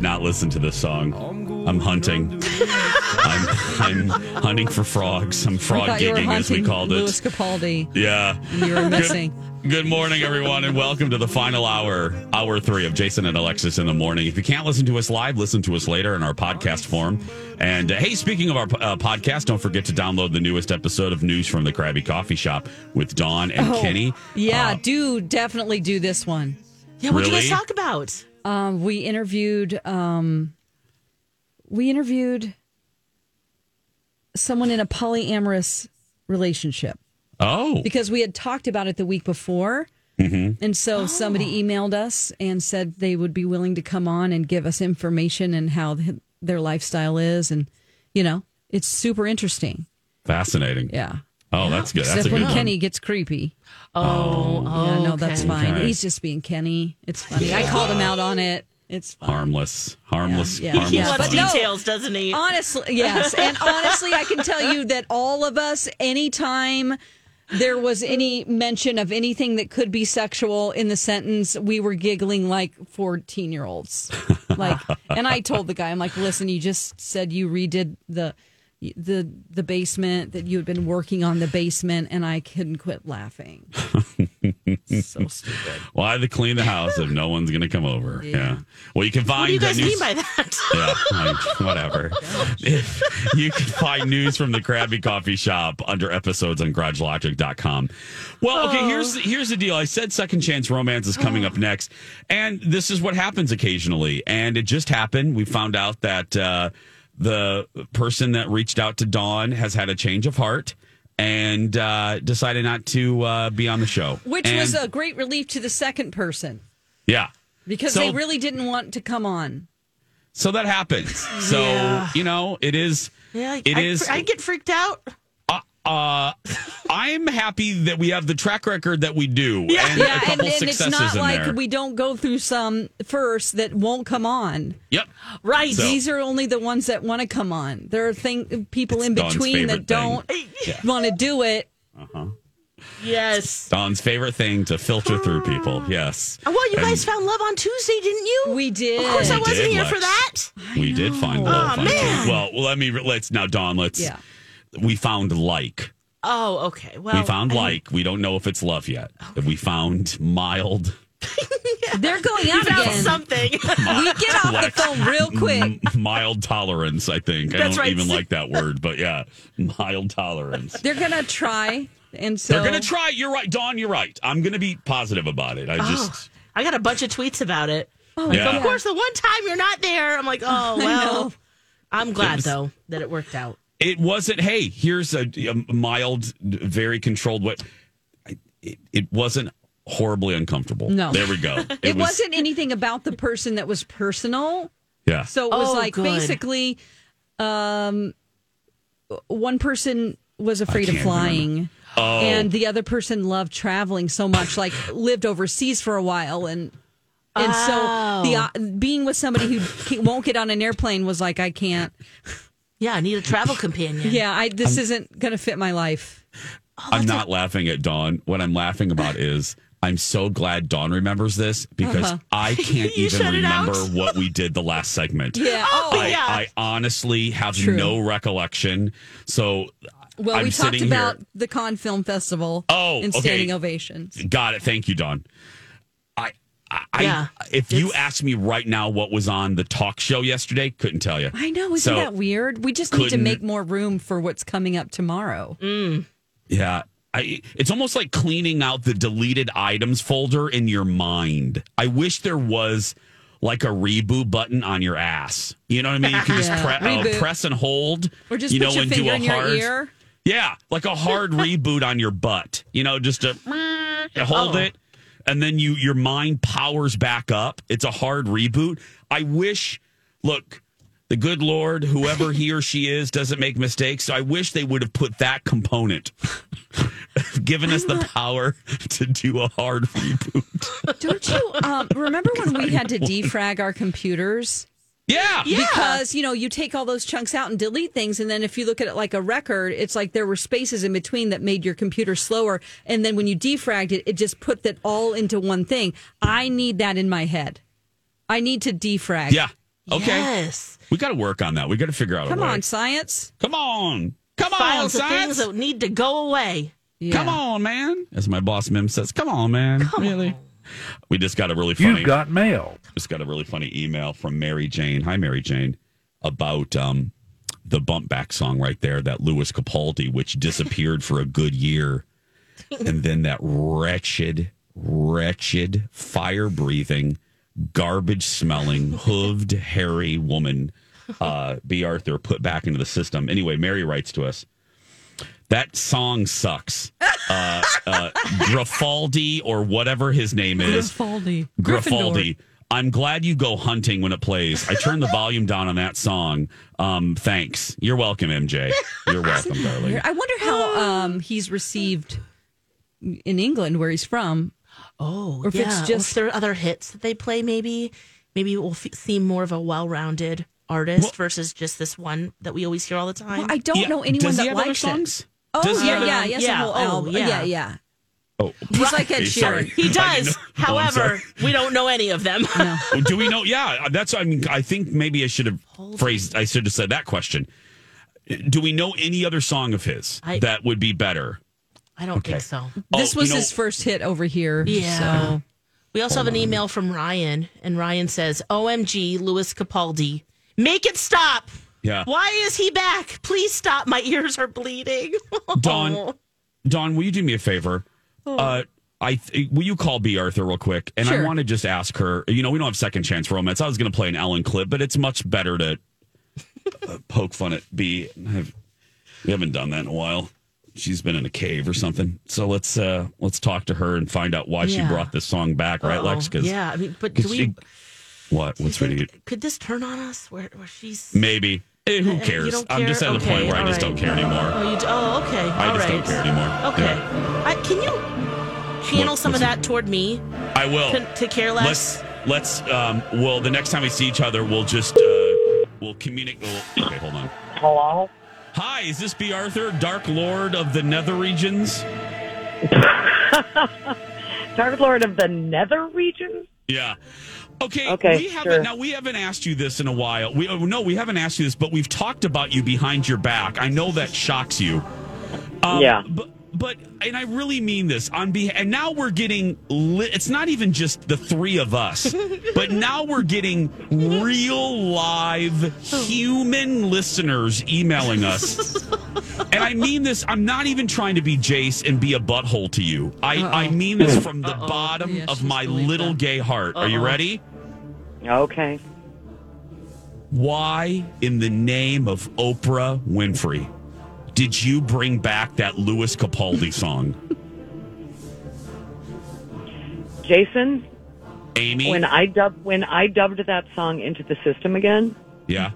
Not listen to this song. I'm hunting. I'm, I'm hunting for frogs. I'm frog thought you were gigging, as we hunting called it. Louis Capaldi. Yeah. You were missing. Good morning, everyone, and welcome to the final hour, hour three of Jason and Alexis in the morning. If you can't listen to us live, listen to us later in our podcast form. And uh, hey, speaking of our uh, podcast, don't forget to download the newest episode of News from the Krabby Coffee Shop with Dawn and Oh, Oh. Kenny. Yeah, Uh, do definitely do this one. Yeah, what'd you Really? guys talk about? Um, we interviewed um, we interviewed someone in a polyamorous relationship oh, because we had talked about it the week before. Mm-hmm. And so somebody emailed us and said they would be willing to come on and give us information and how th- their lifestyle is. And, you know, it's super interesting. fascinating. Yeah. Oh, that's good. That's Except a good when one. Kenny gets creepy. Oh, oh yeah, no, that's okay. fine. Okay. He's just being Kenny. It's funny. I called him out on it. It's fine. Harmless, harmless, Yeah, yeah. harmless. He Yeah, loves but no. details, doesn't he? Honestly, yes. And honestly, I can tell you that all of us, anytime there was any mention of anything that could be sexual in the sentence, we were giggling like 14 year olds. Like, and I told the guy, I'm like, listen, you just said you redid the. The the basement that you had been working on the basement and I couldn't quit laughing. so stupid. Why the clean the house if no one's going to come over? Yeah. Well, you can find what do you guys the news- mean by that? yeah, like, whatever. If you can find news from the Krabby Coffee Shop under episodes on GarageLogic.com. Well, Oh. okay, here's here's the deal. I said second chance romance is coming up next, and this is what happens occasionally. And it just happened. We found out that uh, the person that reached out to Dawn has had a change of heart and uh, decided not to uh, be on the show. Which was And- a great relief to the second person yeah. because So- they really didn't want to come on. So that happens. So Yeah. you know, it is. Yeah, It I, is- I get freaked out. Uh, I'm happy that we have the track record that we do, and a and, couple and it's successes not in like there. we don't go through some first that won't come on. yep. Right. So- These are only the ones that want to come on. There are thing, people in Dawn's between favorite that don't thing. want to do it. yes. Don's favorite thing to filter through people. Yes. Oh, Well, you And guys found love on Tuesday, didn't you? We did. Of course, I We wasn't did, here Lex. for that. we did find love. Aw, on Ah, man. Tuesday. Well, let me let's now, Don. Let's. Yeah. We found like. Oh, okay. Well, We found I- like. We don't know if it's love yet. We found mild. They're going out found again. something. we get off the Lex. phone real quick. M- mild tolerance. I think. I That's don't right. even like that word, but yeah, mild tolerance. They're gonna try, and so They're gonna try. You're right, Dawn. You're right. I'm gonna be positive about it. I Oh. just I got a bunch of tweets about it. Oh, Yeah. Of course, the one time you're not there, I'm like, oh well. I'm glad was- though that it worked out. it wasn't. Hey, here's a, a mild, very controlled. What it, it wasn't horribly uncomfortable. No. there we go. It, was, not anything about the person that was personal. Yeah. So it was Oh, like good. basically, um, one person was afraid of can't flying, and the other person loved traveling so much, like lived overseas for a while, and and so the uh, being with somebody who ca- won't get on an airplane was like, I can't. Yeah, I need a travel companion. Yeah, I this isn't gonna fit my life. I'm not laughing at Dawn. What I'm laughing about is I'm so glad Dawn remembers this because Uh-huh. I can't You even shut it out? remember what we did the last segment. Yeah. Oh, Oh, I, yeah. I honestly have no recollection. So Well, I'm we talked sitting about here. the Con Film Festival Oh, and okay. standing ovations. Got it. Thank you, Don. I, I, Yeah, I if you asked me right now what was on the talk show yesterday, couldn't tell you. I know, isn't So, that weird? We just need to couldn't- make more room for what's coming up tomorrow. Yeah. I, it's almost like cleaning out the deleted items folder in your mind. I wish there was like a reboot button on your ass. You know what I mean? You can just Yeah, pre- uh, reboot. press and hold. Or just you put know, your and do finger a in your hard, ear. Yeah, like a hard reboot on your butt. You know, just to, to Oh. hold it, and then you your mind powers back up. It's a hard reboot. I wish. Look, the good Lord, whoever he or she is, doesn't make mistakes. So I wish they would have put that component, given us the power to do a hard reboot. Don't you um, remember when we had to defrag our computers? Yeah, Because, you know, you take all those chunks out and delete things. And then if you look at it like a record, it's like there were spaces in between that made your computer slower. And then when you defragged it, it just put that all into one thing. I need that in my head. I need to defrag. yeah. Okay, Yes. we got to work on that. We got to figure out. Come a way. on, science. come on, come on, Files the science. things that need to go away. Come on, man. As my boss Mim says, come on, man. really? We just got a really funny You've got mail. just got a really funny email from Mary Jane. Hi, Mary Jane, about um the bump back song right there, that Louis Capaldi, which disappeared for a good year. And then that wretched, wretched, fire breathing, garbage smelling, hooved, hairy woman, uh, B. Arthur, put back into the system. Anyway, Mary writes to us that song sucks. Uh, uh, Grafaldi or whatever his name is. Griffaldi. Griffaldi. I'm glad you go hunting when it plays. I turn the volume down on that song. Um, thanks. You're welcome, MJ. You're welcome, darling. I wonder how um, he's received in England, where he's from. Oh, Or if it's yeah. Or just- if there are other hits that they play, maybe maybe we'll f- see more of a well-rounded artist versus just this one that we always hear all the time. I don't Yeah. know anyone Does that he have other likes it. songs? Oh Does he yeah, have other- yeah, yes, yeah. Yeah, whole oh, album. yeah. yeah, yeah. Oh, He's like Ed Hey, sorry. Sheeran. he I didn't does. know- Oh, I'm However, we don't know any of them. do we know? Yeah, that's. I mean, I think maybe I should have phrased. I should have said that question. Do we know any other song of his I- that would be better? I don't think so. This Oh, was you know- his first hit over here. Yeah. So We also have an email from Ryan, and Ryan says, "OMG, Louis Capaldi, make it stop! Yeah. Why is he back? Please stop! My ears are bleeding." Oh. Dawn, Dawn, will you do me a favor? Uh, I th- will you call B Arthur real quick, and I Sure. want to just ask her. You know, we don't have second chance romance. I was going to play an Ellen clip, but it's much better to uh, poke fun at B. I have- we haven't done that in a while. She's been in a cave or something. So let's uh let's talk to her and find out why she Yeah. brought this song back, right, Lex? Oh, yeah, I mean, but do 'cause we? she- what? do you What's really? think- Could this turn on us? Where, where she's? Maybe. Eh, who Uh, you cares? don't I'm just at care? the Okay, point where I all just right. don't care anymore. Oh, you do? Oh, okay. I All just don't right. care anymore. Okay. Yeah. I, can you channel What- some of what's- Oh. that toward me I will. to, to care less? let's let's um well the next time we see each other we'll just uh we'll communicate we'll, okay hold on Hello? hi is this b arthur dark lord of the nether regions Dark Lord of the Nether region? yeah okay Okay, we haven't sure. now we haven't asked you this in a while we oh, no we haven't asked you this but we've talked about you behind your back i know that shocks you um, Yeah. but but and i really mean this on be and now we're getting li- it's not even just the three of us but now we're getting real live human listeners emailing us and i mean this i'm not even trying to be jace and be a butthole to you i i mean this from the bottom Yeah, of she's my believed little that. gay heart are you ready Okay. why in the name of Oprah Winfrey did you bring back that Louis Capaldi song? Jason, Amy? when I dubbed when I dubbed that song into the system again, yeah.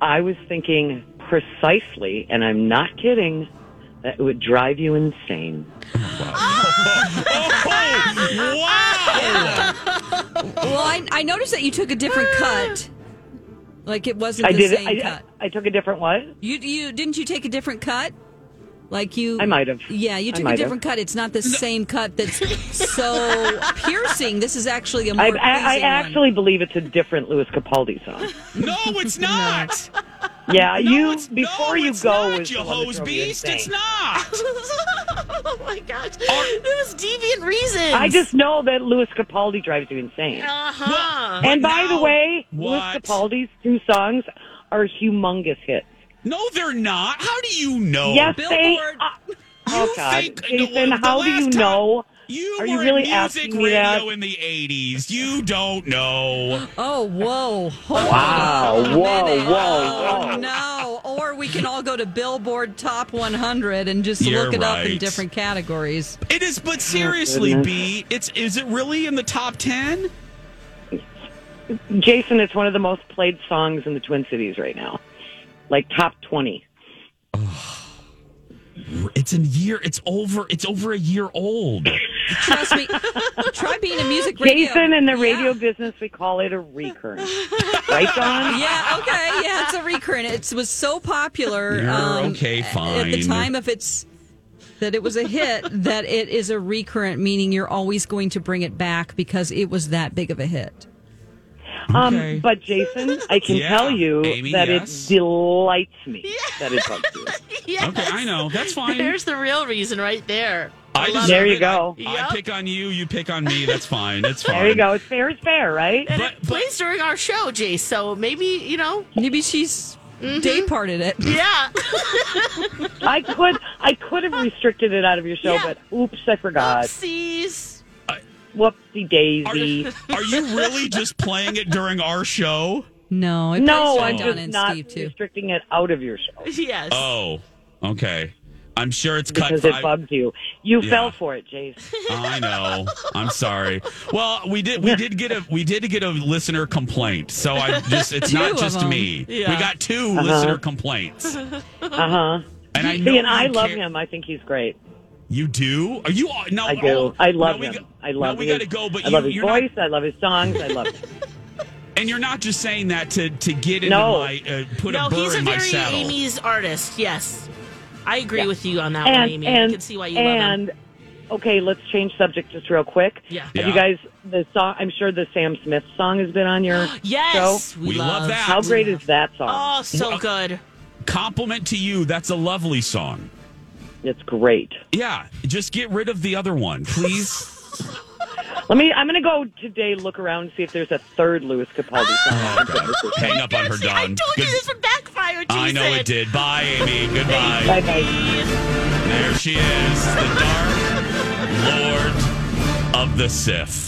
I was thinking precisely, and I'm not kidding, that it would drive you insane. Oh, Well, I, I noticed that you took a different cut. Like it wasn't I the did same I, cut. I took a different what? You you didn't you take a different cut? Like you I might have. Yeah, you I took a might different cut. It's not the same cut that's so piercing. This is actually a more I, I, I pleasing one. actually believe it's a different Louis Capaldi song. wow. No, it's not. Yeah, No, you it's- before no, you it's go not, is you the one that hose drove me beast. It's insane. not. oh my gosh. It was deviant reasons. I just know that Louis Capaldi drives you insane. Uh-huh. and by now- the way, Louis What? Capaldi's two songs are humongous hits. No, they're not. How do you know? yes, they. Billboard. are. oh You God, think- Jason, the how do last you time- know? You Are were you really in music asking me radio that? in the 80s. You don't know. Oh, whoa. Hold Wow, on a whoa, minute. whoa, Oh, whoa. No. Or we can all go to Billboard Top 100 and just You're look it up in right. different categories. It is, but seriously, B, it's is it really in the top ten? Jason, it's one of the most played songs in the Twin Cities right now, like top twenty. It's a year. It's over. It's over a year old. Trust me. Try being a music radio. Jason, in the radio Yeah. business, we call it a recurrent. right, Don? Yeah, okay. Yeah, it's a recurrent. It was so popular. You're um, okay, At the fine. time of its that it was a hit, that it is a recurrent, meaning you're always going to bring it back because it was that big of a hit. Um, but Jason, I can Yeah, tell you Amy, that yes. it delights me that it bugs you. Yes. Okay, I know. That's fine. There's the real reason right there. I love deserve There you it. go. I, I Yup. pick on you. You pick on me. That's fine. That's fine. There you go. It's fair is fair, right? And But- it plays during our show, Jace. So maybe you know. Maybe she's Mm-hmm. day parted it. Yeah. I could I could have restricted it out of your show, Yeah. but oops, I forgot. Oopsies. Whoopsie Are, daisy. are you really just playing it during our show? No, it No, plays I'm Don just and not Steve too. restricting it out of your show Yes. Oh, okay. I'm sure it's cut because five. it bugs you. You Yeah. fell for it, Jason. I know. I'm sorry. Well, we did. We did get a. We did get a listener complaint. So I just. It's Two not of just them. me. Yeah. We got 2 Uh-huh. listener complaints. Uh huh. And I know See, and I you love care- him. I think he's great. You do? Are you? No, I do. oh, I love now him. We, go- I love. now we his- got to go. But I you, love his you're voice. Not, I love his songs. I love. him. and you're not just saying that to to get into No. my uh, put no, a burr he's a in my very saddle. Amy's artist. Yes. I agree with you on that one, and Amy. and I can see why you love him. and okay, let's change subject just real quick. Yeah. Yeah. Have you guys the song? I'm sure the Sam Smith song has been on your Yes. show. We love that. How great is that song? Uh, Oh, so good. Compliment to you. That's a lovely song. It's great. Yeah. Just get rid of the other one, please. Let me. I'm gonna go today. Look around and see if there's a third Louis Capaldi Ah. song. Hang up on her, Don. I told you Good- this would backfire, Jason. I know it did. Bye, Amy. Goodbye. Bye bye. There she is, the Dark Lord of the Sith.